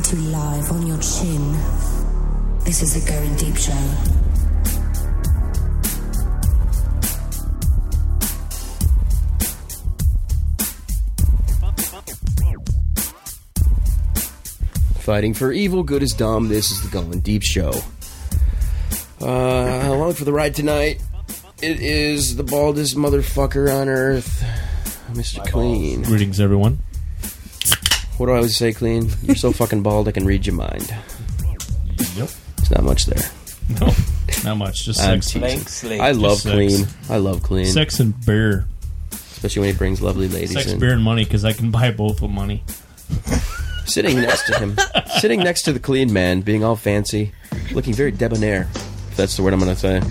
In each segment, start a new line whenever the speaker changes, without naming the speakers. It's live on your chin. This is the Going Deep Show.
Fighting for evil, good is dumb. This is the Going Deep Show. Uh, along for the ride tonight, it is the baldest motherfucker on earth, Mr. Clean.
Greetings, everyone.
What do I always say, Clean? You're so fucking bald, I can read your mind.
Yep.
It's not much there.
No, not much. Just
I'm
sex,
teasing.
Thanks, ladies.
I love
Just sex.
Clean. I love Clean,
sex and beer,
especially when he brings lovely ladies
sex,
in.
beer, and money because I can buy both with money.
Sitting next to him, sitting next to the Clean man, being all fancy, looking very debonair. If that's the word I'm going to say.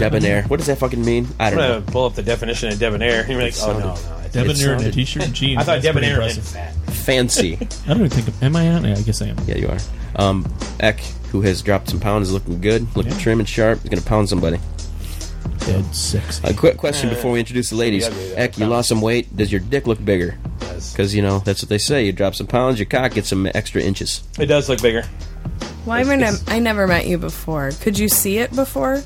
Debonair. What does that fucking mean? I
I'm
don't know.
gonna pull up the definition of debonair. You're like, oh no, no. I-
Debonair in a
sounded-
t-shirt and jeans.
I thought
That's pretty
debonair meant
impressive.
fat.
Fancy.
I don't even think. Of, am I on? Yeah, I guess I am.
Yeah, you are. Um, Eck, who has dropped some pounds, is looking good, looking
Yeah.
trim and sharp. He's going to pound somebody.
Dead sexy.
A quick question before we introduce the ladies.
Yeah, yeah, yeah.
Eck, you lost some weight. Does your dick look bigger?
Yes.
Because, you know, that's what they say. You drop some pounds, your cock gets some extra inches.
It does look bigger.
Why were ne- I never met you before? Could you see it before?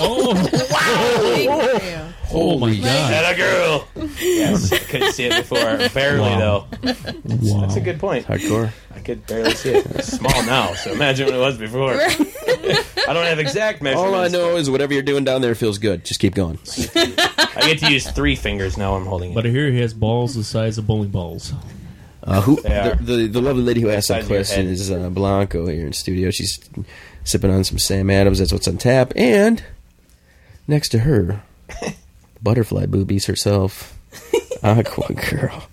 oh,
Thank you.
oh my god!
That a girl. Yes, I couldn't see it before. Barely
Wow.
though.
Wow.
That's a good point.
Hardcore.
I could barely see it. It's small now, so imagine what it was before. I don't have exact measurements.
All I know is whatever you're doing down there feels good. Just keep going.
I get to use three fingers now. I'm holding
But
it.
I hear he has balls the size of bowling balls.
Uh, who
There.
the, the the lovely lady who asked that
Size of your
question
head.
is uh, Blanco here in studio. She's sipping on some Sam Adams. That's what's on tap. And next to her, butterfly boobies herself, Aqua Girl.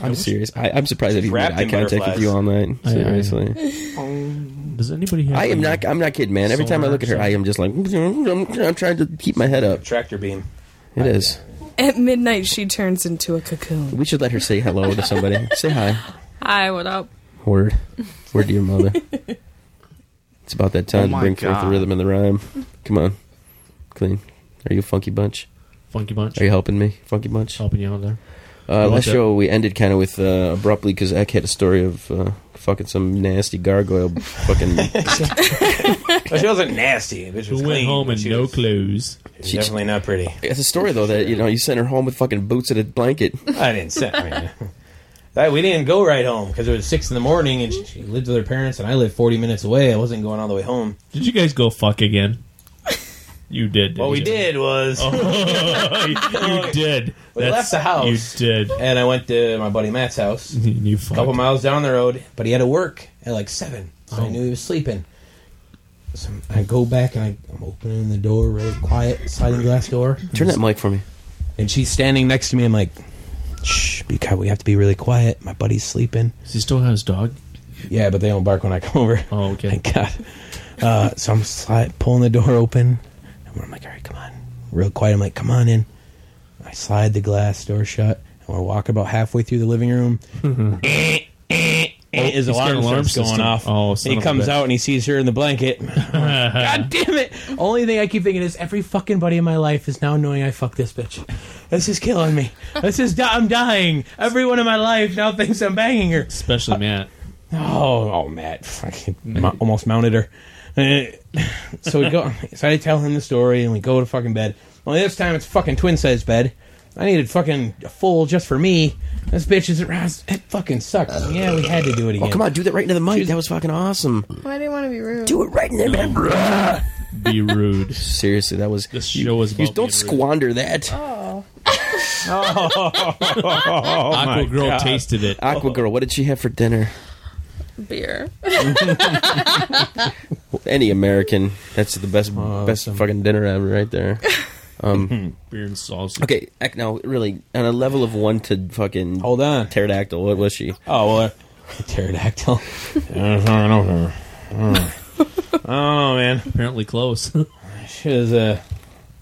I'm serious. I, I'm surprised I've even made
Wrapped
eye
in
contact with
butterflies.
you all night.
I- I-
Seriously,
Does anybody have?
I am
like,
not. I'm not kidding, man. Every time I look at her, I am just like I'm trying to keep my head up.
Tractor beam.
It is.
At midnight, she turns into a cocoon.
We should let her say hello to somebody. Say hi.
Hi, what up?
Word. Word to your mother. it's about that time to bring forth the rhythm and the rhyme. Come on. Clean. Are you a funky bunch?
funky bunch.
Are you helping me, funky bunch?
helping you out there?
Uh,
want
last
Oh, that?
show we ended kind of with uh, abruptly because Eck had a story of uh, fucking some nasty gargoyle. Fucking,
But she wasn't nasty. Bitch was
Who went
clean,
home
but
and
she
no
was-
clothes?
she was definitely not pretty.
it's a story though that you know you sent her home with fucking boots and a blanket.
I didn't say. I mean, that, we didn't go right home because it was six in the morning, and she, she lived with her parents, and I lived forty minutes away. I wasn't going all the way home.
Did you guys go fuck again? You did.
What we
didn't you?
did was,
you did.
We left the house.
You did.
and I went to my buddy Matt's house, a
You fuck.
couple miles down the road, but he had to work at like seven, so
Oh.
I knew he was sleeping. So I go back and I, I'm opening the door really quiet, sliding glass door,
Turn that mic for me.
and she's standing next to me. I'm like, "Shh, be quiet. We have to be really quiet. My buddy's sleeping."
Does he still have his dog?
Yeah, but they don't bark when I come over.
Oh, okay.
Thank God. Uh, so I'm sli- pulling the door open, and I'm like, all right, come on. Real quiet. I'm like, come on in. I slide the glass door shut, and we're walking about halfway through the living room. Eh, eh, eh,
Mm-hmm.
His
Oh, he's got
alarm,
an alarm
starts going
system.
off.
Oh, son
and he
of a
comes
bitch.
out and he sees her in the blanket. God damn it! Only thing I keep thinking is every fucking buddy in my life is now knowing I fucked this bitch. This is killing me. This is di- I'm dying. Everyone in my life now thinks I'm banging her.
Especially Matt.
Oh, oh, Matt, fucking mo- almost mounted her. Eh, so we go. So I tell him the story, and we go to fucking bed. Only this time it's fucking twin size bed. I needed fucking a full just for me. This bitch is aroused. It fucking sucked. Yeah, we had to do it again.
Oh, come on, do that right into the mic. That was fucking awesome.
Why do you want to be rude?
Do it right in there.
Be rude.
Seriously, that was.
This show is
You don't
about being rude.
squander that.
Aqua Girl tasted it.
Aqua Girl, what did she have for dinner?
Beer.
Any American, that's the best best fucking dinner ever, right there.
Beer and sausage.
Okay, ec- now really on a level of one to fucking
Hold on.
pterodactyl, what was she?
Oh well, uh, pterodactyl. oh man,
Apparently close.
she was uh,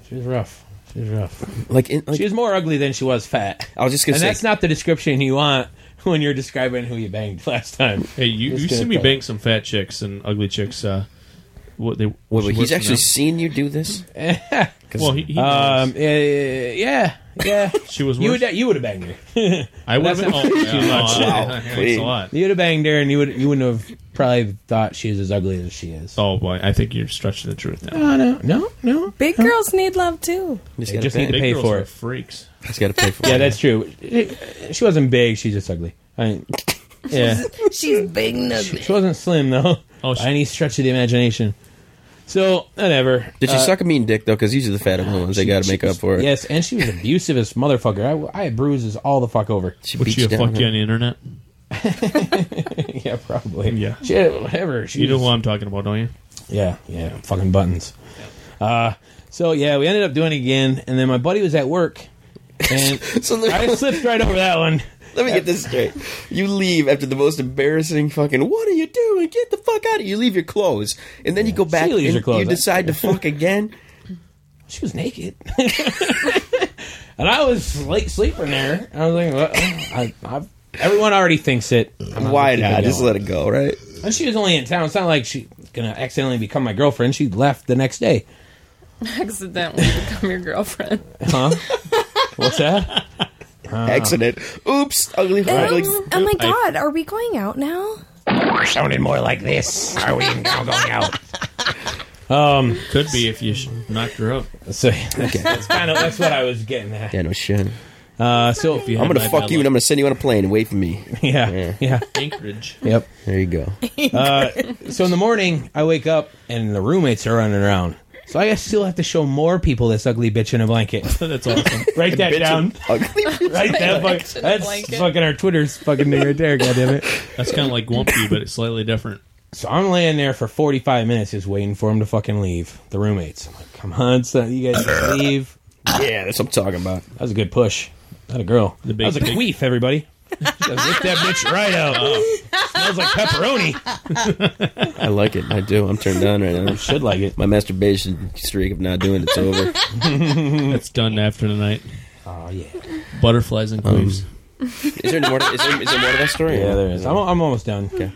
she was rough. She was rough.
Like, in, like
She was more ugly than she was fat.
I was just gonna
and
say,
that's not the description you want when you're describing who you banged last time.
hey, you, you
Just
see
get
me
that.
bank some fat chicks and ugly chicks. Uh, what they.
Wait, wait,
she
he's
works
actually
for
seen you do this? 'Cause
them. Well, he, he
Um,
knows.
uh, yeah, yeah.
she was.
you
Worse.
would you would have banged her.
I would have.
that's
Oh, yeah,
much.
oh,
Wow,
thanks
please.
a lot.
You would have banged her, and you would you wouldn't have probably thought she was as ugly as she is.
Oh boy, I think you're stretching the truth now.
No, no, no, no.
Big girls need love too.
He's
they
gotta
just
pay-
need to
Big
pay
girls
for
are
it.
freaks.
he's got to pay for it.
Yeah, that's true. She wasn't big. She's just ugly. I mean, yeah,
She's big and ugby.
she wasn't slim though.
Oh,
Oh,
she-
by any stretch of the imagination. So whatever.
Did she
Uh,
suck a mean dick though? Because usually the fat ugly ones, they got to make up for it.
Yes, and she was abusive as motherfucker. I, I had bruises all the fuck over.
She
Would
beats
she have
down
fucked you
her-
on the internet?
yeah, probably.
Yeah.
She had whatever. She
You know
was-
who I'm talking about, don't you?
Yeah, yeah, fucking buttons. Uh, so yeah, we ended up doing it again, and then my buddy was at work, and
So let
I
me,
slipped right over that one.
let me get this straight. You leave after the most embarrassing fucking. What are you doing? Get the fuck out of here! You leave your clothes, and then you go back
She leaves
and
her clothes.
you decide to fuck again.
She was naked, and I was late sleeping there. I was like, well, I, I, everyone already thinks it. I'm not
Why
gonna keep
not? Just
going.
let it go, right?
And she was only in town. It's not like she's gonna accidentally become my girlfriend. She left the next day.
Accidentally become your girlfriend.
Huh? What's that?
Accident. Oops. Ugly. ugly.
Um, oh my god, are we going out now?
Sounded more like this. Are we now going out?
Could be if you sh- knocked her up.
So that's kind of that's what I was getting at.
Yeah, no shit.
Uh, so if you
I'm gonna
my
fuck you,
bad
and I'm gonna send you on a plane. Wait for me.
Yeah. Yeah.
Anchorage.
Yep.
There you go.
So in the morning, I wake up and the roommates are running around. So I still have to show more people this ugly bitch in a blanket.
That's awesome.
Write that down.
Ugly.
Write that.
Bitch
fuck-
in a
that's
blanket.
fucking our Twitter's fucking thing right there. Goddamn it.
That's kind of like Wumpy, but it's slightly different.
So I'm laying there for 45 minutes just waiting for him to fucking leave. The roommates. I'm like, come on, son, you guys just leave.
yeah, that's what I'm talking about.
That was a good push. Not a girl.
The big-
that was a
big-
queef, everybody. Just Whip that bitch right out. Smells like pepperoni.
I like it. I do. I'm turned on right now.
Should like it.
My masturbation streak of not doing it's over.
It's done after tonight.
Oh yeah.
Butterflies and queefs.
Is there more? To, is, there, is there more to that story?
Yeah, there is. I'm, I'm almost done. Okay.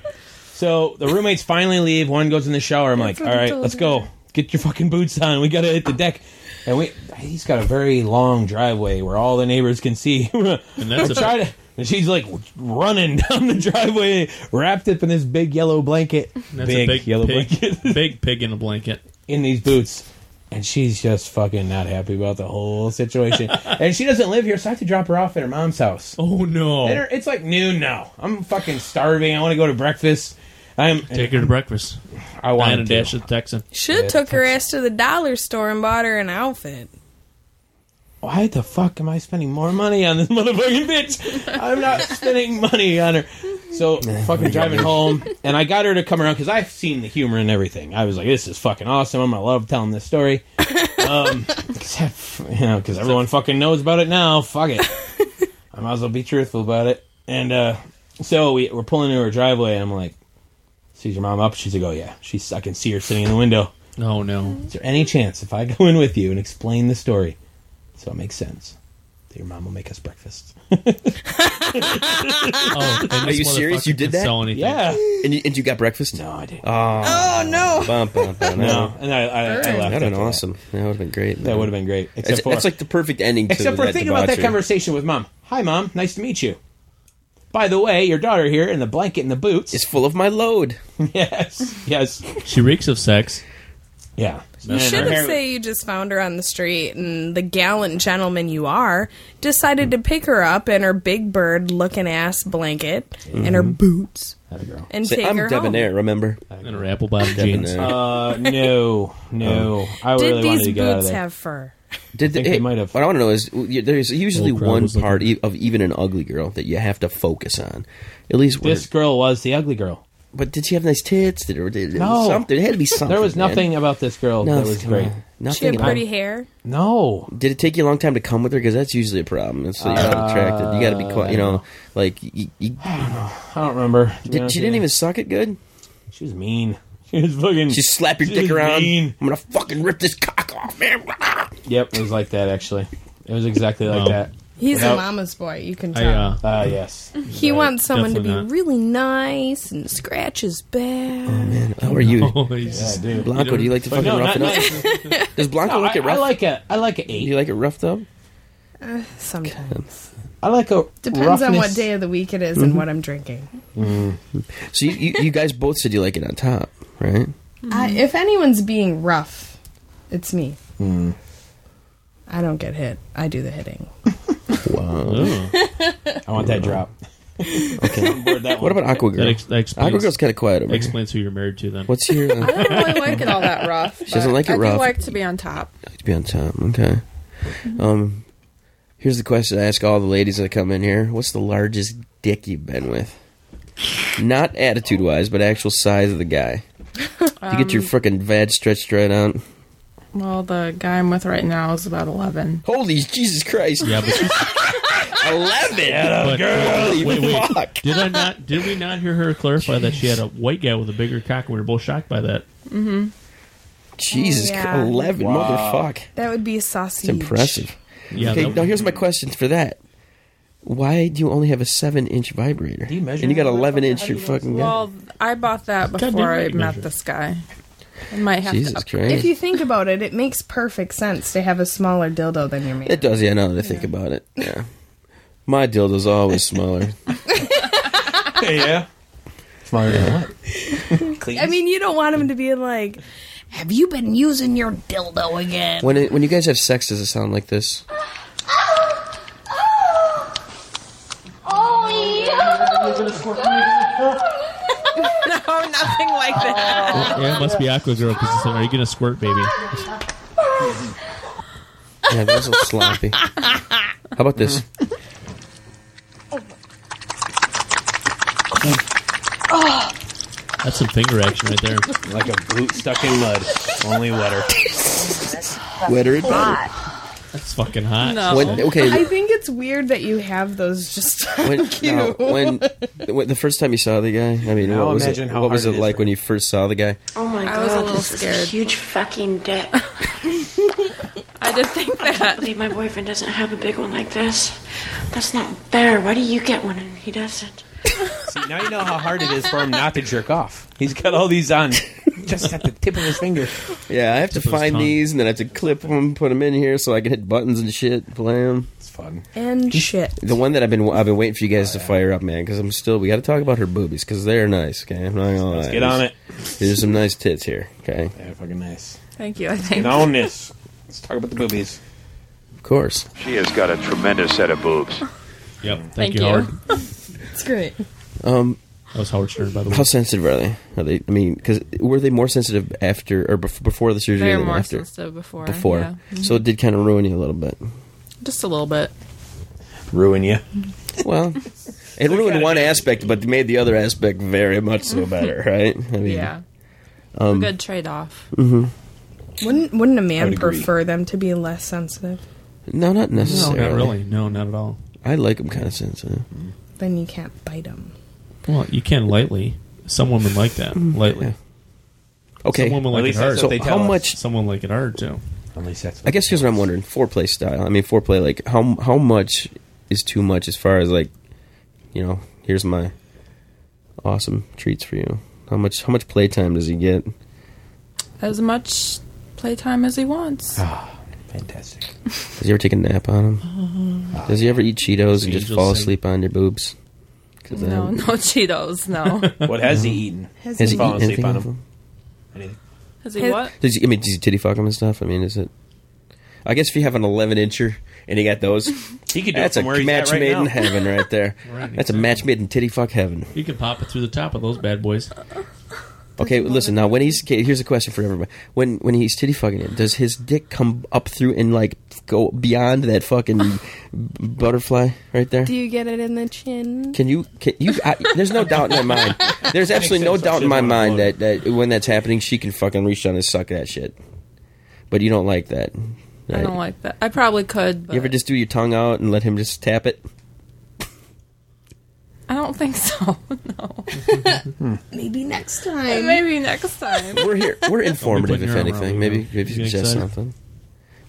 So the roommates finally leave. One goes in the shower. I'm like, all
what I
right,
told
let's go. Get your fucking boots on. We gotta hit the deck. And we, he's got a very long driveway where all the neighbors can see.
and that's a
Try to, and she's like running down the driveway, wrapped up in this big yellow blanket,
That's
big,
a big
yellow
pig,
blanket,
big pig in a blanket.
in these boots. And she's just fucking not happy about the whole situation. and she doesn't live here, so I have to drop her off at her mom's house.
Oh
And
no!
her- It's like noon now. I'm fucking starving. I want to go to breakfast. I'm.
Take her to breakfast.
I
Wine
want
and
to.
dash at Texan.
Should took her ass to the dollar store and bought her an outfit.
Why the fuck am I spending more money on this motherfucking bitch? I'm not spending money on her. So fucking driving home, and I got her to come around because I've seen the humor and everything. I was like, "This is fucking awesome. I'm gonna love telling this story." Um, except for- you know, because everyone fucking knows about it now. Fuck it. I might as well be truthful about it. And uh, so we, we're pulling into her driveway, and I'm like, "Sees your mom up?" She's like, "Oh yeah." She's I can see her sitting in the window.
Oh no!
Is there any chance if I go in with you and explain the story so it makes sense that your mom will make us breakfast?
Oh,
Are you serious? You did that?
Sell anything.
Yeah.
And you, and you got breakfast?
No, I didn't.
Oh no!
Bum, bum, bum.
no. And I, I, I
Burn.
laughed.
That would have
after
been awesome. That would have been great.
That, would have been great. Except
That's,
for,
that's like the perfect ending. to
except for
that
thinking about that
debauchery.
conversation with mom. Hi, mom. Nice to meet you. By the way, your daughter here in the blanket and the boots.
It's full of my load.
yes. Yes.
She reeks of sex.
Yeah.
You
And
should
her
have
hair-
say you just found her on the street, and the gallant gentleman you are decided to pick her up in her big bird looking ass blanket and her
Mm-hmm.
boots
That girl.
and
Say,
take
I'm
her
debonair,
home.
remember?
And her apple bottom jeans.
Debonair.
Uh, no.
Oh.
No. I
Did
really wanted
these
to get out of
boots
there.
have fur?
Did
think they might have.
What I want to know is y- there's usually
Whole crowd
one
was looking.
part e- of even an ugly girl that you have to focus on. At least where-
this girl was the ugly girl.
But did she have nice tits? Did, or did,
No.
something? It had to be something.
There was
man.
nothing about this girl
No,
that was
come
great.
on.
She
Nothing.
had
at all.
pretty hair.
No.
Did it take you a long time to come with her? Because that's usually a problem. It's like, you're not attracted. You got to be, qui- you know,
Uh,
like you, you,
I don't remember. to be
did,
honest
she
with
didn't
you.
even suck it good.
She was mean. She was fucking.
She slap your
She
dick
was
around.
mean.
I'm gonna fucking rip this cock off, man.
Yep, it was like that actually. It was exactly like
Wow.
that.
He's
Well,
a mama's boy. You can
I,
tell.
uh,
Ah, yes.
he wants someone to be
definitely not.
really nice and scratch his back.
Oh, Man, how are you?
oh, he's just-
do.
Blanco, do you like to fucking
no,
rough
not,
it up?
not,
Does Blanco like
I,
it
I
rough?
like a I like a
Do you
eight.
like it roughed up?
Sometimes
I like a
depends on what
roughness.
day of the week it is
Mm-hmm.
and what I'm drinking.
So you, you, you guys both said you like it on top, right?
I, if anyone's being rough, it's me.
Hmm.
I don't get hit. I do the hitting.
Wow.
oh,
I want that drop.
Okay. What about Aqua Girl?
that, ex- that explains,
Aqua Girl's kind of quiet over here.
explains who you're married to then.
What's your uh,
I don't really like it all that rough. She
doesn't like it
I do
rough.
like to be on top.
to be on top? Okay. Um, here's the question I ask all the ladies that come in here: What's the largest dick you've been with? Not attitude wise, but actual size of the guy. Do you get
Um,
your freaking vag stretched right out?
Well, the guy I'm with right now is about 11.
Holy Jesus Christ!
Yeah, but,
Eleven.
but
Holy
wait, wait.
fuck!
Did I not? Did we not hear her clarify that she had a white guy with a bigger cock? and We were both shocked by that.
Jesus,
Yeah.
Christ, eleven, motherfuck!
That would be a
It's
sausage.
impressive.
Yeah.
okay,
that-
now here's my question for that. Why do you only have a seven inch vibrator?
you measure
and you got
that
eleven
motherfucker?
inch
How do
your
you
fucking
Well, I bought that
Goddamn
before I
right,
met
Measure.
this guy. I might have
Jesus
to upgrade.
Christ.
If you think about it, it makes perfect sense to have a smaller dildo than your man.
It does, yeah, now that I think about it. Yeah. My dildo's always smaller.
yeah. Smarter than what?
I mean, you don't want him to be like, "Have you been using your dildo again?"
when it, when you guys have sex, does it sound like this?
No, nothing like that.
yeah, it must be Aqua Girl because it's like, are you gonna squirt, baby?
Yeah, those are sloppy. How about this?
That's some finger action right there.
Like a boot stuck in mud. Only wetter.
Wetter it better.
That's fucking hot.
Uh-huh.
No.
When, okay.
I think it's weird that you have those just on
When,
you.
now, when, when the first time you saw the guy, I mean,
Now
what was
imagine
it,
how
what was
hard
it
it is
like
for
when you first saw the guy?
Oh my
I
god,
was a little
this is
scared.
huge fucking dick.
I did think
I
that.
believe my boyfriend doesn't have a big one like this. That's not fair. Why do you get one and he doesn't?
See, now you know how hard it is for him not to jerk off. He's got all these on just at the tip of his finger.
Yeah, I have to
Tip of his
find
tongue.
these and then I have to clip them, put them in here so I can hit buttons and shit, play them.
It's fun.
and shit.
The one that I've been I've been waiting for you guys to fire up, man, because I'm still we got to talk about her boobies because they're nice. Okay, I'm not gonna lie.
Let's get on it.
There's some nice tits here. Okay,
Yeah, fucking nice.
Thank you. I think.
And on this. Let's talk about the boobies.
of course.
She has got a tremendous set of boobs.
Yep. Thank,
Thank
you,
you.
Howard.
It's great.
Um,
That was Howard Stern, by the way.
how sensitive are they? Are they? I mean, because were they more sensitive after or bef- before the surgery?
They were
than
more
after?
sensitive before.
Before,
yeah. Mm-hmm.
so it did kind of ruin you a little bit.
Just a little bit.
Ruin you.
Well, it ruined one aspect, but made the other aspect very much so better, right? I mean,
Yeah. a good trade off.
Wouldn't wouldn't a man
would agree.
prefer them to be less sensitive?
no, not
no,
necessarily.
not really. No, not at all.
I like them kind of sensitive.
Then you can't bite them.
Well, you can lightly. Some women like that lightly.
Okay,
Some women
At
like it
least
hard.
that's what they
so
tell
how
us.
much
Someone like it hard too.
At least that's
I guess here's what I'm wondering: foreplay style. I mean, foreplay. Like, how how much is too much as far as like, you know, here's my awesome treats for you. How much how much playtime does he get?
As much playtime as he wants.
Oh.
fantastic.
Does he ever take a nap on him?
Uh,
Does he ever eat Cheetos and just
Angels
fall
sing.
asleep on your boobs? 'Cause,
No,
um,
no Cheetos. No.
What has he eaten?
Has
Has he
he-
Fallen
eaten anything?
asleep on
off
him.
him?
Anything?
Is he
His-
what?
Does he, I mean, does he titty fuck him and stuff? I mean, is it? I guess if you have an 11 incher and you got those,
He could do
that's
it
a
from where he's
match
at right
made
now.
in heaven right there.
Right,
that's a match made in titty fuck heaven.
You can pop it through the top of those bad boys.
Okay, listen now. When he's okay, here's a question for everybody. When when he's titty fucking it, does his dick come up through and like go beyond that fucking b- butterfly right there?
Do you get it in the chin?
Can you? Can you? I, there's no doubt in my mind. There's absolutely no
sense. I
doubt in
should've
my
known
mind
about
that, that when that's happening, she can fucking reach down and suck that shit. But you don't like that.
I
right?
don't like that. I probably could, but
You ever just do your tongue out and let him just tap it?
I don't think so. no.
Maybe next time.
Maybe next time.
We're here. We're informative,
putting
if
your arm around
anything.
you
Maybe
now.
maybe
You
suggest
excited?
something.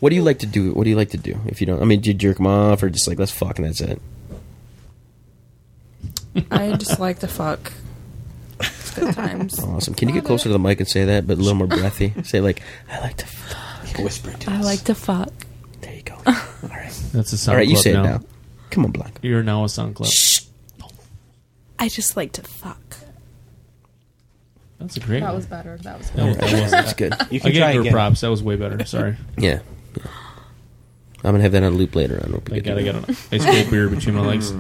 What do you like to do? What do you like to do? If you don't, I mean, do you jerk 'em off or just like let's fuck and that's it?
I just like to fuck. It's good times.
Awesome. Can you get closer to the mic and say that, but a little more breathy? say like, I like to. Fuck.
Whisper to
I
us.
like to fuck.
There you go. All right.
That's a sound
All right. You
clip
say
now.
it now. Come on, Blanca.
You're now a sound clip.
I just like to fuck.
That's a great
That
one.
was better. That was
That was- that was-
That's good.
You can
I
try
gave her
again.
props. That was way better. Sorry.
Yeah. Yeah. I'm gonna have that on loop later on. We'll
Thank
get
God
to
I
that.
got an ice cold beer between my legs.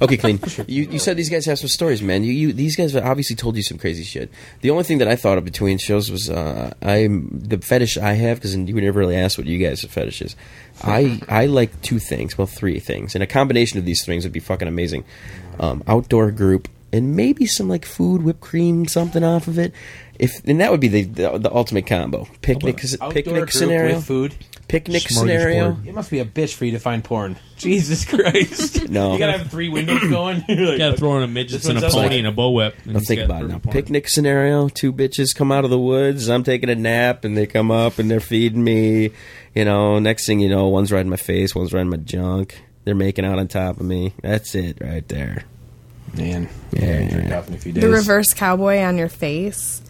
Okay, clean. You, you said these guys have some stories, man. You, you these guys have obviously told you some crazy shit. The only thing that I thought of between shows was uh, I'm the fetish I have because you never really asked what you guys' fetish is. I I like two things, well, three things, and a combination of these things would be fucking amazing. Um, outdoor group and maybe some like food, whipped cream, something off of it. If and that would be the the, the ultimate combo picnic
Outdoor
picnic
group
scenario
with food.
picnic scenario.
Smorgasbord.
It must be a bitch for you to find porn. Jesus Christ.
No.
You gotta have three windows going. You're like,
You gotta throw in a midgets
This
and a
one's
pony
up.
and a bow whip. and
Now
he's
think
got
about it
urban
now.
porn.
Picnic scenario: two bitches come out of the woods. I'm taking a nap, and they come up and they're feeding me. You know, next thing you know, one's riding my face, one's riding my junk. They're making out on top of me. That's it right there.
Man.
Yeah.
Yeah. Drink off in a few days.
The reverse cowboy on your face.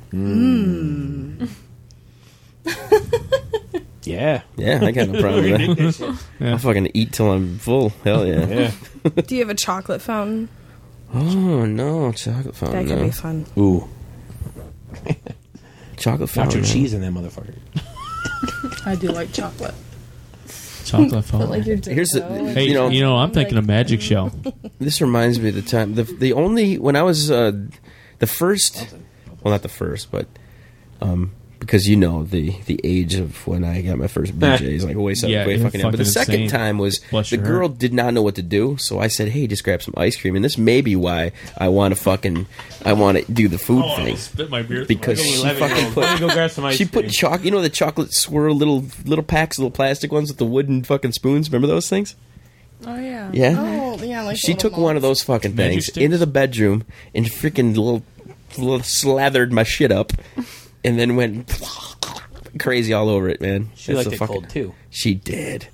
Yeah.
Yeah, I got no problem with that. I fucking eat till I'm full. Hell yeah.
Yeah.
Do you have a chocolate fountain?
Oh no, chocolate fountain.
That could be
no.
fun.
Ooh.
Chocolate fountain.
Nacho
no.
cheese in that motherfucker.
I do like chocolate.
Chocolate
But
fountain.
like your dick.
Oh, Here's the-
though, like,
Hey,
you
you
know-
know, I'm thinking a magic show.
This reminds me of the time the the only when I was uh, the first, well not the first, but um, because you know the the age of when I got my first BJ is like way seven,
Yeah,
way
you're
fucking. up. But the
fucking
second
insane.
time was
Bless
the
your
girl
heart.
did not know what to do, so I said, "Hey, just grab some ice cream." And this may be why I want to fucking I want to do the food
Oh,
thing
spit my beer.
because she fucking put.
Let me go grab some ice
She put
cream.
choc, you know the chocolate swirl little little packs, little plastic ones with the wooden fucking spoons. Remember those things?
Oh yeah.
Yeah
Oh, yeah, like
she took one of those fucking
Magic
things
sticks?
into the bedroom and freaking little, little slathered my shit up, and then went crazy all over it, man.
She liked
the
it cold, too.
She did.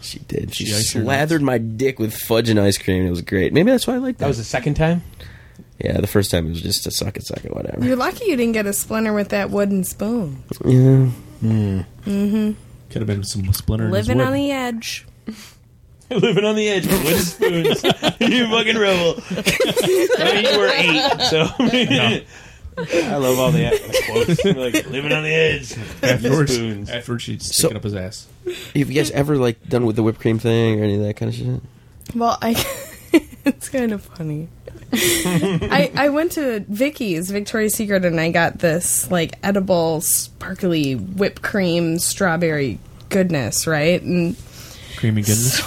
she did. She,
She iced her
slathered my dick with fudge and ice cream. It was great. Maybe that's why I liked that.
That was the second time?
yeah, the first time it was just a suck it, suck it, whatever.
You're lucky you didn't get a splinter with that wooden spoon.
Yeah.
Could have been some splinter. in his
Living
wood.
on the edge.
Living on the edge with wooden spoons. you fucking rebel. I mean, you were eight, so. I love all the quotes. Like, living on the edge.
afterwards.
spoons.
Afterwards, she'd stick
So-
it up his ass.
Have you guys ever like done with the whipped cream thing or any of that kind of shit?
Well, I. it's kind of funny. I I went to Vicky's Victoria's Secret and I got this like edible sparkly whipped cream strawberry goodness right and
Creamy goodness.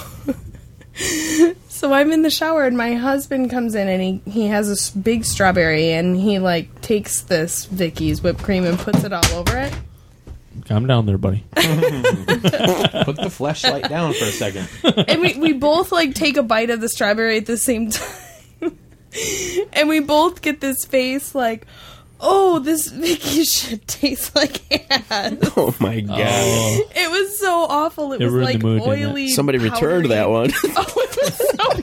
so I'm in the shower and my husband comes in and he he has this big strawberry and he like takes this Vicky's whipped cream and puts it all over it.
Calm down there, buddy.
Put the flashlight down for a second.
and we, we both like take a bite of the strawberry at the same time and we both get this face like oh this vicky shit tastes like ass
Oh my god!
Oh,
it was so awful it,
It
was
ruined the
like
mood, didn't it?
oily
Somebody returned that one.
powdery. oh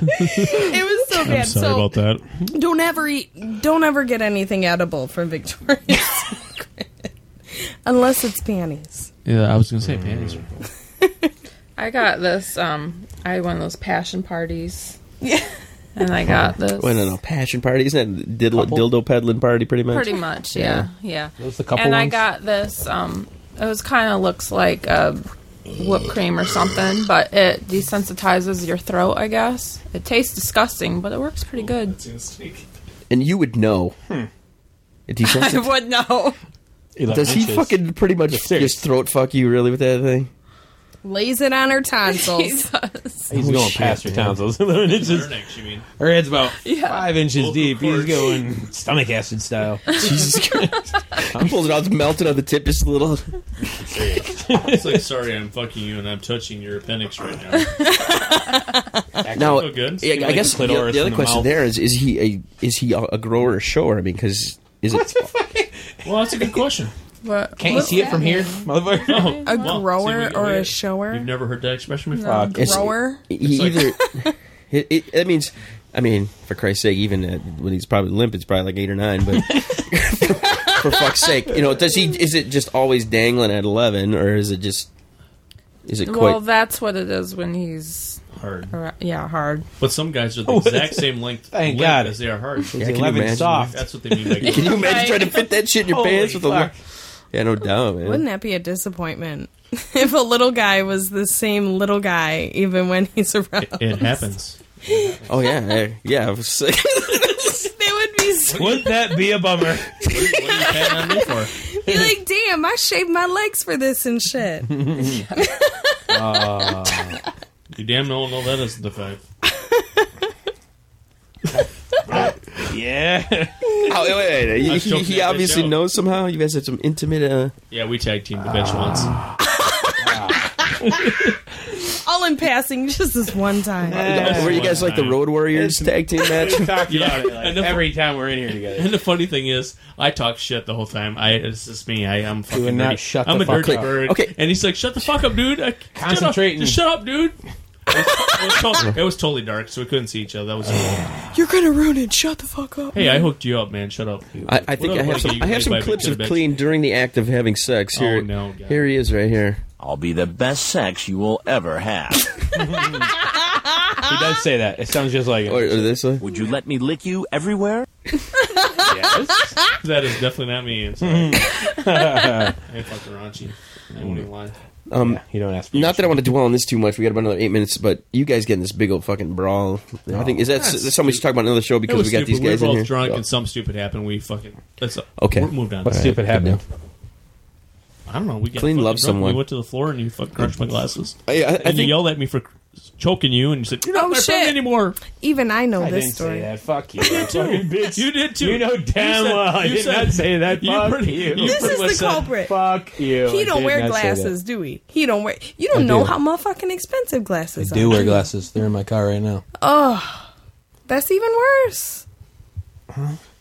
it was so bad it was so bad
I'm sorry
so
about that.
don't ever eat don't ever get anything edible from victoria's secret unless it's panties
Yeah, I was gonna say panties. are-
I got this. Um, I had one of those passion parties,
yeah
and I got this.
Wait, no, no, passion party isn't that diddle, dildo peddling party pretty much?
Pretty much, yeah, yeah.
Those the couple
and I
ones?
got this. Um, it was kind of looks like a whipped cream or something, but it desensitizes your throat. I guess it tastes disgusting, but it works pretty good.
and you would know.
Hmm.
It desensitizes-
I would know.
Does he fucking pretty much
serious.
just throat fuck you really with that thing?
lays it on her tonsils
Jesus.
He's going past your tonsils. Oh, Eleven inches. Her head's about five inches deep. He's going stomach acid style.
Jesus Christ! he pulls it out, it's melted on the tip, just a little.
It's like, sorry, I'm fucking you, and I'm touching your appendix right now.
Now,
feel good.
yeah, I
Like
guess
the
the, the
clitoris
other
in the
question
mouth.
there is: is he a is he a, a grower or shower? I mean, because is it
Well, that's a good question. Oh,
What?
Can't you
what's
see it
that
from here,
mean?
motherfucker?
A
Well,
grower
see, we-
or a
we-
shower?
You've never heard that expression before?
Fuck.
It's-
Grower?
He
like-
either it, it, that means, I mean, for Christ's sake, even uh, when he's probably limp, it's probably like eight or nine. But for fuck's sake, you know, does he? Is it just always dangling at eleven, or is it just? Is it
Well,
quite?
that's what it is when he's
Hard.
ar- yeah hard.
But some guys are the
What is
exact
it?
same length, length
Thank God.
as they are hard.
can you
Eleven
imagine?
soft.
That's what they mean by
Can you imagine trying to fit that shit in your
Holy
pants with a?
fuck.
lo- Yeah, no doubt, man.
Wouldn't that be a disappointment? if a little guy was the same little guy even when he's around,
It happens.
Oh yeah, I- yeah. I was sick.
they would be, s-
Wouldn't that be a bummer?
What are you, what are you patting on me for?
be like, damn, I shaved my legs for this and shit.
You damn well know that isn't the fact.
yeah.
oh, wait, wait, wait. He,
I'm still
he- he
can't
obviously
reach out.
knows somehow. You guys had some intimate. Uh,
Yeah, we tag teamed the bench once.
All in passing, just this one time.
Yes.
were you guys like the Road Warriors tag team match?
We talked about it
Yeah.
like, every time we're in here together.
And the funny thing is, I talk shit the whole time. I it's just me. I, I'm fucking
would not
dirty.
shut the
I'm a
fuck
dirty
up.
bird.
Okay.
And he's like, "Shut the fuck up, dude. I,
Concentrating.
Shut up, just shut up, dude." It was, it was totally- it was totally dark, so we couldn't see each other. That was horrible.
You're gonna ruin it. Shut the fuck up.
hey, I hooked you up, man. Shut up.
I, I think I have some. I have some clips of clean during the act of having sex. Here,
Oh, no, God.
here he is, right here.
I'll be the best sex you will ever have.
He
Ah.
does say that. It sounds just like
Or, or
it.
this one.
Would you let me lick you everywhere?
Yes.
That is definitely not me. I'm sorry. I ain't fucking raunchy. I won't even lie.
Um,
Yeah, you don't ask.
not that I want to dwell on this too much. We got about another eight minutes, but you guys get in this big old fucking brawl. I think is that
that's
that's something we should talk about in another show
It
because
was
we got
stupid.
these guys
we were
in
both
here.
drunk, and some stupid happened. We fucking that's
Okay.
We're moved on.
What's stupid happened?
I don't know. We got
Clean
fucking
love
drunk.
someone.
We went to the floor and you fucking crushed my glasses.
I, I, I
and you
think.
yelled at me for choking you, and you said, "You're not
Oh,
my friend
shit.
anymore."
Even I know
I
this
didn't
story.
say that. Fuck you. You fucking bitch.
You did too.
You know damn
said-
well I
you
did
said-
not say that.
you
Fuck
pretty-
you.
you
This
pretty much
is the
said-
culprit.
Fuck you. I
He don't
did
wear
not say that.
glasses, do we? He don't wear. You don't
I
know
do.
how motherfucking expensive glasses
I
are.
do wear glasses. They're in my car right now.
That's even worse.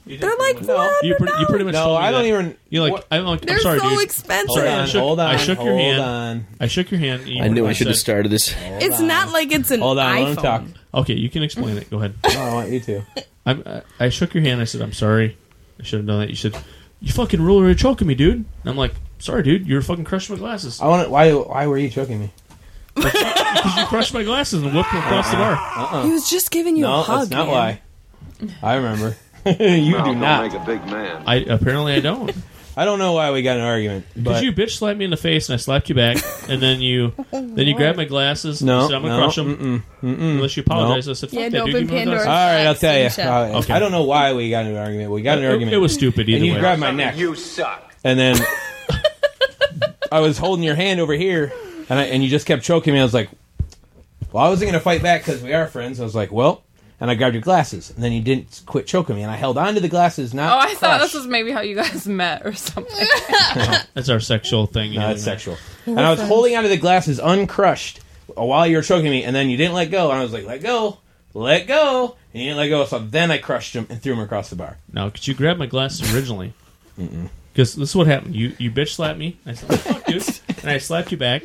You
They're like $400.
You pretty, you pretty much.
No,
told me
I don't
that.
even.
You like?
What-
I'm like.
They're
I'm sorry,
so
dude.
expensive.
Hold
I
on,
shook-
hold on,
I shook your
hold
hand.
on.
I shook your hand. and you
I knew I should have
said-
started this.
It's not like it's an
Hold on, let
iPhone.
him talk.
Okay, you can explain it. Go ahead.
No, I want you to.
I'm, I, I shook your hand. I said, "I'm sorry. I should have done that." You said, "You fucking ruler are choking me, dude." And I'm like, "Sorry, dude. You're fucking crushing my glasses.
I want. to Why? Why were you choking me?
you crushed my glasses and whipped them across the bar."
He was just giving you
no,
a hug.
that's not
man.
why. I remember. you do not.
a big man.
I apparently I don't.
I don't know why we got in an argument,
Because
but
you bitch slapped me in the face and I slapped you back, and then you then you grabbed my glasses. and
No,
you said, I'm gonna
no,
crush them unless you apologize. I said, fuck
Yeah,
that,
no,
dude.
but
give me my
Pandora's
glasses."
all right, I'll tell you.
Shut
Uh,
Okay.
I don't know why we got in an argument. We got in an
It-
argument.
It was stupid either
and you
way.
grabbed my neck,
You suck.
and then I was holding your hand over here, and I, and you just kept choking me. I was like, "Well, I wasn't gonna fight back because we are friends." I was like, "Well," and I grabbed your glasses, and then you didn't quit choking me, and I held onto the glasses. Not
Oh, I thought
crushed.
this was maybe how you guys met or something.
That's our sexual thing.
No, that's sexual. And I was holding onto the glasses uncrushed while you were choking me, and then you didn't let go. And I was like, let go, let go. And you didn't let go. So then I crushed him and threw him across the bar.
Now, could you grab my glasses originally? Because this is what happened. You you bitch slapped me. I said, fuck, dude. And I slapped you back.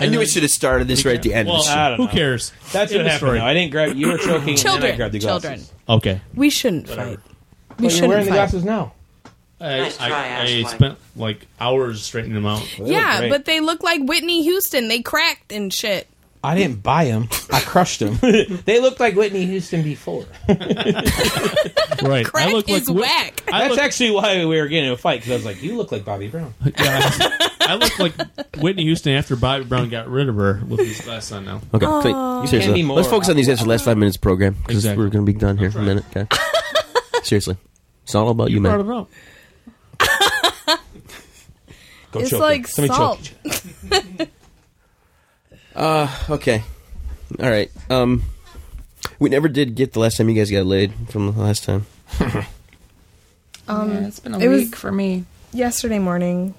I knew I should have started this right at the end.
Well, uh,
of the show.
I don't
who
know.
cares?
That's
End
what
of
happened.
story.
though. I didn't grab. You were choking, and then I
Children,
grabbed the glasses.
children.
Okay.
We shouldn't fight. We
But you're
shouldn't
wearing the
fight.
glasses now.
I,
Nice
I,
try,
I
Ashley.
spent like hours straightening them out.
They look
yeah,
great.
but they look like Whitney Houston. They cracked and shit.
I didn't buy them. I crushed them. they looked like Whitney Houston before.
Right.
Crack
I look like
is
Whit-
whack.
I
That's
look,
actually why we were getting in a fight because I was like, "You look like Bobby Brown."
yeah, I look like Whitney Houston after Bobby Brown got rid of her with his glasses on now.
Okay, clean.
Can be
seriously.
more.
Let's focus on these guys for the last five minutes of the program because
Exactly.
we're going to be done here in a minute. Okay. seriously, it's all about you,
You brought
man.
it up.
Go
It's
choke
like
him. Somebody
salt.
Choke.
Okay. All right. Um, we never did get the last time you guys got laid from the last time.
Um,
Yeah, it's been a
it was-
week for me.
Yesterday morning.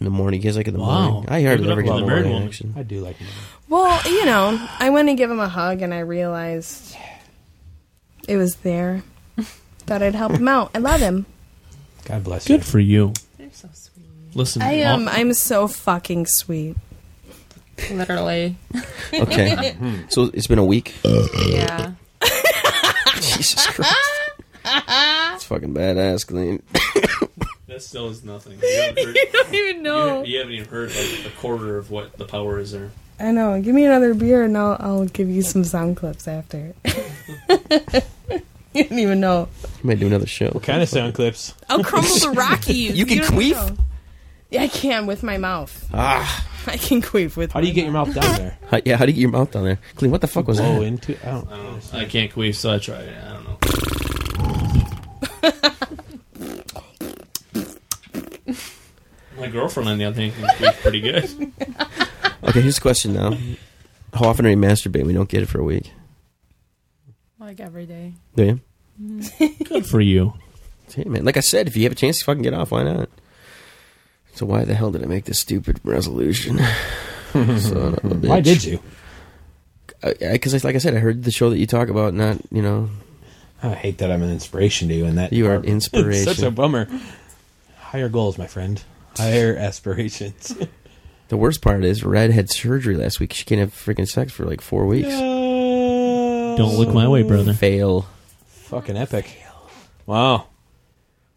In the morning, you guys like in the
Wow.
morning. I hardly
Give it
ever
up
get
for
in
the
the
married
morning
woman.
action.
I do like. Him.
Well, you know, I went to give him a hug and I realized it was there. Thought I'd help him out. I love him.
God bless you.
Good for you.
so sweet.
Listen,
I um, am.
all-
I'm so fucking sweet.
Literally.
Okay. so it's been a week.
yeah.
Jesus Christ. It's fucking badass, Glenn.
that still is nothing. You haven't, heard, you,
don't even
haven't, you haven't even heard like a quarter of what the power is there.
I know. Give me another beer, and I'll I'll give you some sound clips after. you didn't even know.
You might do another show. What
Kind of sound clips.
I'll crumble the Rockies.
You can
don't
queef?
know. Yeah, I can with my mouth.
Ah.
I can queef with.
How do you get your mouth down there?
How, yeah, how do you get your mouth down there? Glenn, what the fuck was
Blow
that?
into. I don't.
I don't know. I can't queef, so I try. it. I don't know. My girlfriend on the other hand can queef pretty good.
Okay, here's a question now. How often are you masturbating? We don't get it for a week.
Like every day.
Do you?
Good for you.
Hey, man. Like I said, if you have a chance to fucking get off, why not? So why the hell did I make this stupid resolution? Son of a bitch. Uh,
Why did you?
Because, like I said, I heard the show that you talk about. Not, you know,
I hate that I'm an inspiration to you and that
you are an
It's
inspiration.
such a bummer. Higher goals, my friend. Higher aspirations.
The worst part is Red had surgery last week. She can't have freaking sex for like four weeks.
Don't look my way, brother.
Fail.
Fucking epic. Wow.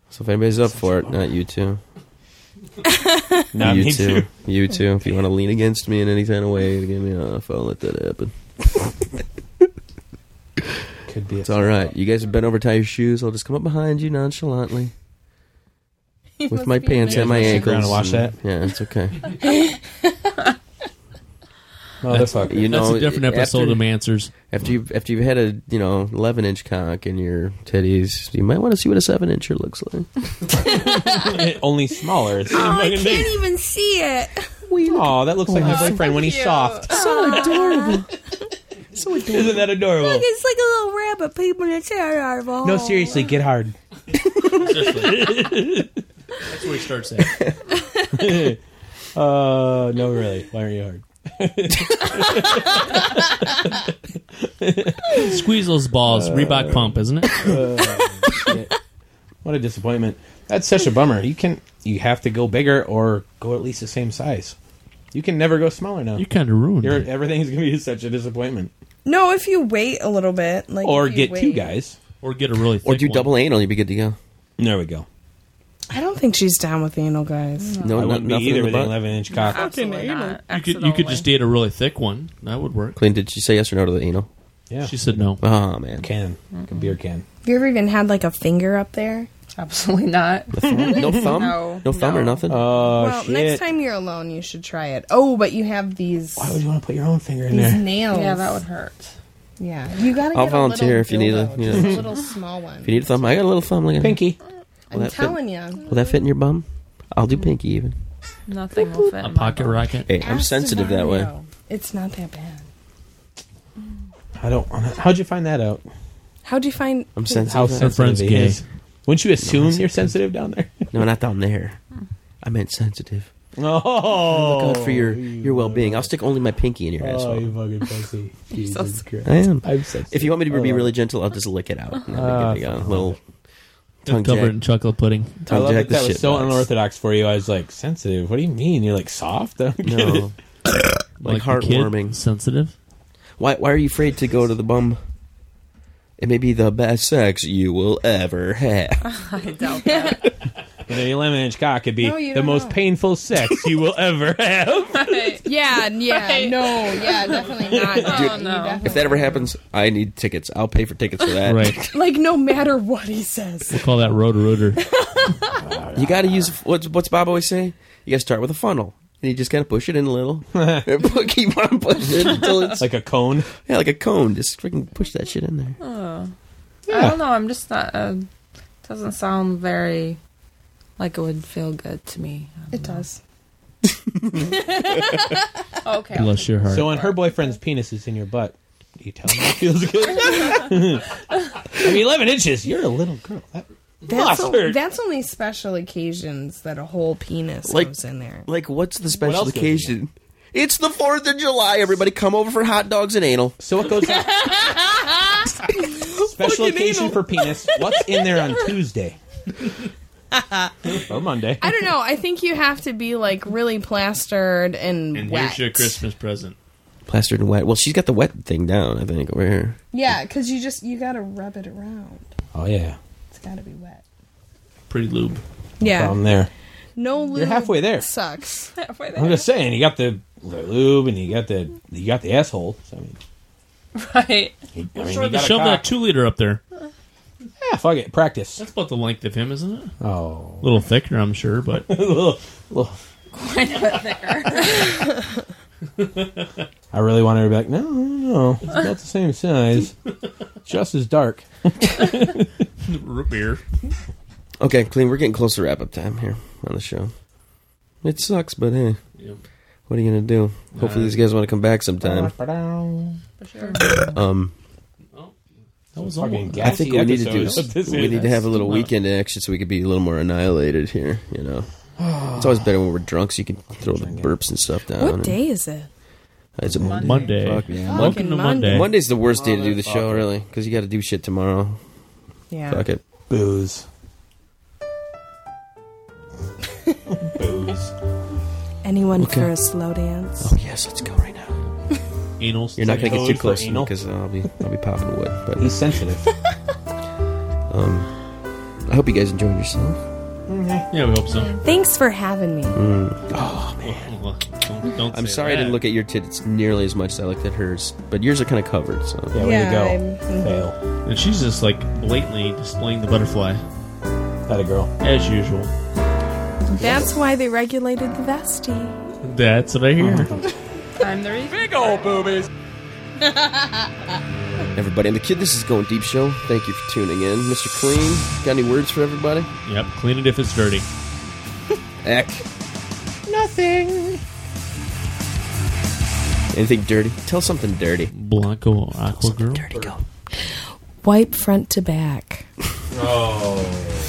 So if anybody's up for it, not you two.
Not
you
me
two.
too.
You two. If you want to lean against me in any kind of way to get me off, I'll let that happen.
Could be.
It's all right. You guys have bent over tie your shoes. I'll just come up behind you nonchalantly with my pants at my
Yeah,
ankles.
you're gonna watch
and-
that?
Yeah, it's okay.
Motherfucker.
You know,
That's a different episode
after,
of Mansers.
After you've after you've had a you know eleven inch cock in your titties, you might want to see what a seven incher looks like.
Only smaller. It's oh,
I can't even see it.
Aw, that looks like my boyfriend when he's
cute.
soft.
So adorable.
Isn't that adorable?
It's like a little rabbit peeping its head out of a hole.
No, seriously, get hard.
That's where he starts at.
Uh, no, really. Why are you hard?
Squeeze those balls.
Uh,
Reebok pump, isn't it?
What a disappointment. That's such a bummer. You can you have to go bigger or go at least the same size. You can never go smaller now.
You kind of ruined
You're,
it.
everything's gonna be such a disappointment.
No, if you wait a little bit, like
Or
if
get
you
two
wait-
guys.
Or get a really thick
Or do
one.
double anal, you'd be good to go.
There we go.
I don't think she's down with anal guys.
Oh.
No,
I
not,
wouldn't be
nothing in
either
the
with an
butt.
eleven inch cock.
Absolutely not.
You could, you could just date a really thick one. That would work.
Clint, did she say yes or no to the anal?
Yeah.
She said no.
Oh man,
can. Like a beer can.
Have you ever even had like a finger up there?
Absolutely not.
no thumb,
No,
thumb or
no.
nothing.
Oh
well,
shit.
next time you're alone, you should try it. Oh, but you have these
Why would you want to put your own finger in
these
there?
nails.
Yeah, that would hurt.
Yeah, you gotta.
I'll
get
volunteer
a little
if you need a-
dildo,
you
just
know.
a little small one.
if you need a thumb, I got a little thumb. Look at it.
Pinky.
I'm
that fit?
telling you.
Will that fit in your bum? I'll do pinky even.
Nothing will fit.
A
in my
pocket
mouth.
rocket.
Hey, I'm
Ask
sensitive that way.
Demario. It's not that bad.
I don't wanna how'd you find that out?
How'd you find?
I'm sensitive.
How
that way.
sensitive
friend's
he
gay.
is. Wouldn't you assume
sensitive.
you're sensitive down there?
No, not down there.
Hmm.
I meant sensitive.
Oh,
God for your your well being. I'll stick only my pinky in your
Oh, you
asshole.
fucking pussy. Jesus Christ.
I am.
I'm sensitive.
If you want me to be
I love
really
it.
gentle, I'll just lick it out. And
oh, Ah,
I'll be good to go. uh, Little tongue
Covered
jack.
in chocolate pudding.
I
Tongue
love
jack
that
the
that was
shit.
so
box.
unorthodox for you. I was like, sensitive? What do you mean? You're like soft? I don't get it.
No. like,
the kid,
heartwarming.
sensitive.
Why why are you afraid to go to the bum? It may be the best sex you will ever have.
I doubt that.
You know, your lemon inch cock could be
No, you
the
don't
most
know.
painful sex you will ever have.
Yeah, yeah, no, yeah, definitely not.
Oh,
You
no.
If that ever happens, I need tickets. I'll pay for tickets for that.
Right.
like no matter what he says.
We'll call that road rooter.
You got to use what's what's Bob always say. You got to start with a funnel, and you just kind of push it in a little. But Keep on pushing it until it's
like a cone.
yeah, like a cone. Just freaking push that shit in there.
I don't know. I'm just not. Uh, doesn't sound very like it would feel good to me.
It does.
Okay.
Bless your heart.
So when her boyfriend's penis is in your butt, you tell him it feels good. I mean, 11 inches. You're a little girl. That
That's,
must
o-
hurt.
that's only special occasions that a whole penis
Like-
goes in there.
Like, what's the
What
special
else goes in
occasion? It's the Fourth of July. Everybody, come over for hot dogs and anal.
So what goes on? Special occasion for penis. What's in there on Tuesday? Well, Monday.
I don't know. I think you have to be like really plastered and,
And
wet.
here's your Christmas present.
Plastered and wet. Well, she's got the wet thing down, I think, over here.
Yeah, because you just you gotta rub it around.
Oh yeah,
It's gotta be wet.
Pretty lube.
Yeah.
down there.
No lube.
Um, halfway there.
Sucks.
halfway
I'm
there.
just saying, you got the, the lube and you got the you got the asshole. So, I mean,
Right.
you, I
I
mean,
mean,
you got a
shove
cock.
that two liter up there.
Yeah, fuck it, practice.
That's about the length of him, isn't it?
Oh,
A little thicker, I'm sure, but
Ugh, ugh. I really wanted her to be like, no, no, no, it's about the same size, just as dark.
root beer.
Okay, clean. We're getting close to wrap up time here on the show. It sucks, but hey,
Yep.
what are you gonna do? Hopefully, these guys want to come back sometime. Um,
That was
Fucking
almost.
gassy
I think what we need to do
episodes. This
is we need to have a little weekend action so we could be a little more annihilated here. You know, it's always better when we're drunk so you can throw the burps and stuff down.
What
and-
day is it?
It's a Monday.
Monday.
Fuck, man.
Fucking
Welcome to Monday.
Monday's the worst day to do the show, really, because you got to do shit tomorrow.
Yeah.
Fuck it.
booze. booze.
Anyone
Okay.
for a slow dance?
Oh yes, let's go right now.
Anal
You're not gonna get too
Toad for
close
anal?
because uh, I'll be I'll be popping wood. But
He's sensitive.
I hope you guys enjoyed yourself.
Yeah, we hope so.
Thanks for having me.
Well, don't, don't
I'm
say
sorry I
that.
didn't look at your tits nearly as much as I looked at hers, but yours are kind of covered. So
Yeah, way
Yeah,
to go.
I'm-
Fail.
And she's just like blatantly displaying the butterfly
That a girl.
as usual.
That's why they regulated the vestie.
That's what I hear.
I'm the reason.
everybody, I'm the kid. This is going deep show. Thank you for tuning in, Mr. Clean. Got any words for everybody?
Yep, clean it if it's dirty.
Eck. Nothing. Anything dirty? Tell something dirty.
Blanco Aqua Girl.
Wipe front to back.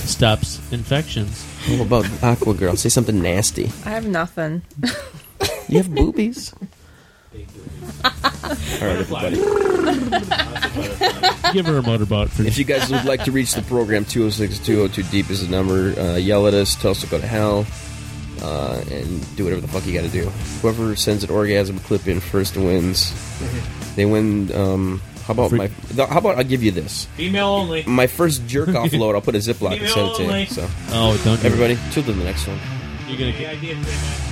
Stops infections.
What about Aqua Girl? Say something nasty.
I have nothing.
You have boobies. All right, everybody.
Give her a motorboat for
If you guys would like to reach the program, 206-202 Deep E is the number. Uh, yell at us, tell us to go to hell, uh, and do whatever the fuck you gotta do. Whoever sends an orgasm clip in first wins. They win. Um, how about my? th- How about I'll give you this?
Email only.
My first jerk off load. I'll put a ziploc and send it to you. So
Oh, don't do it.
everybody, till the next one.
You're gonna get.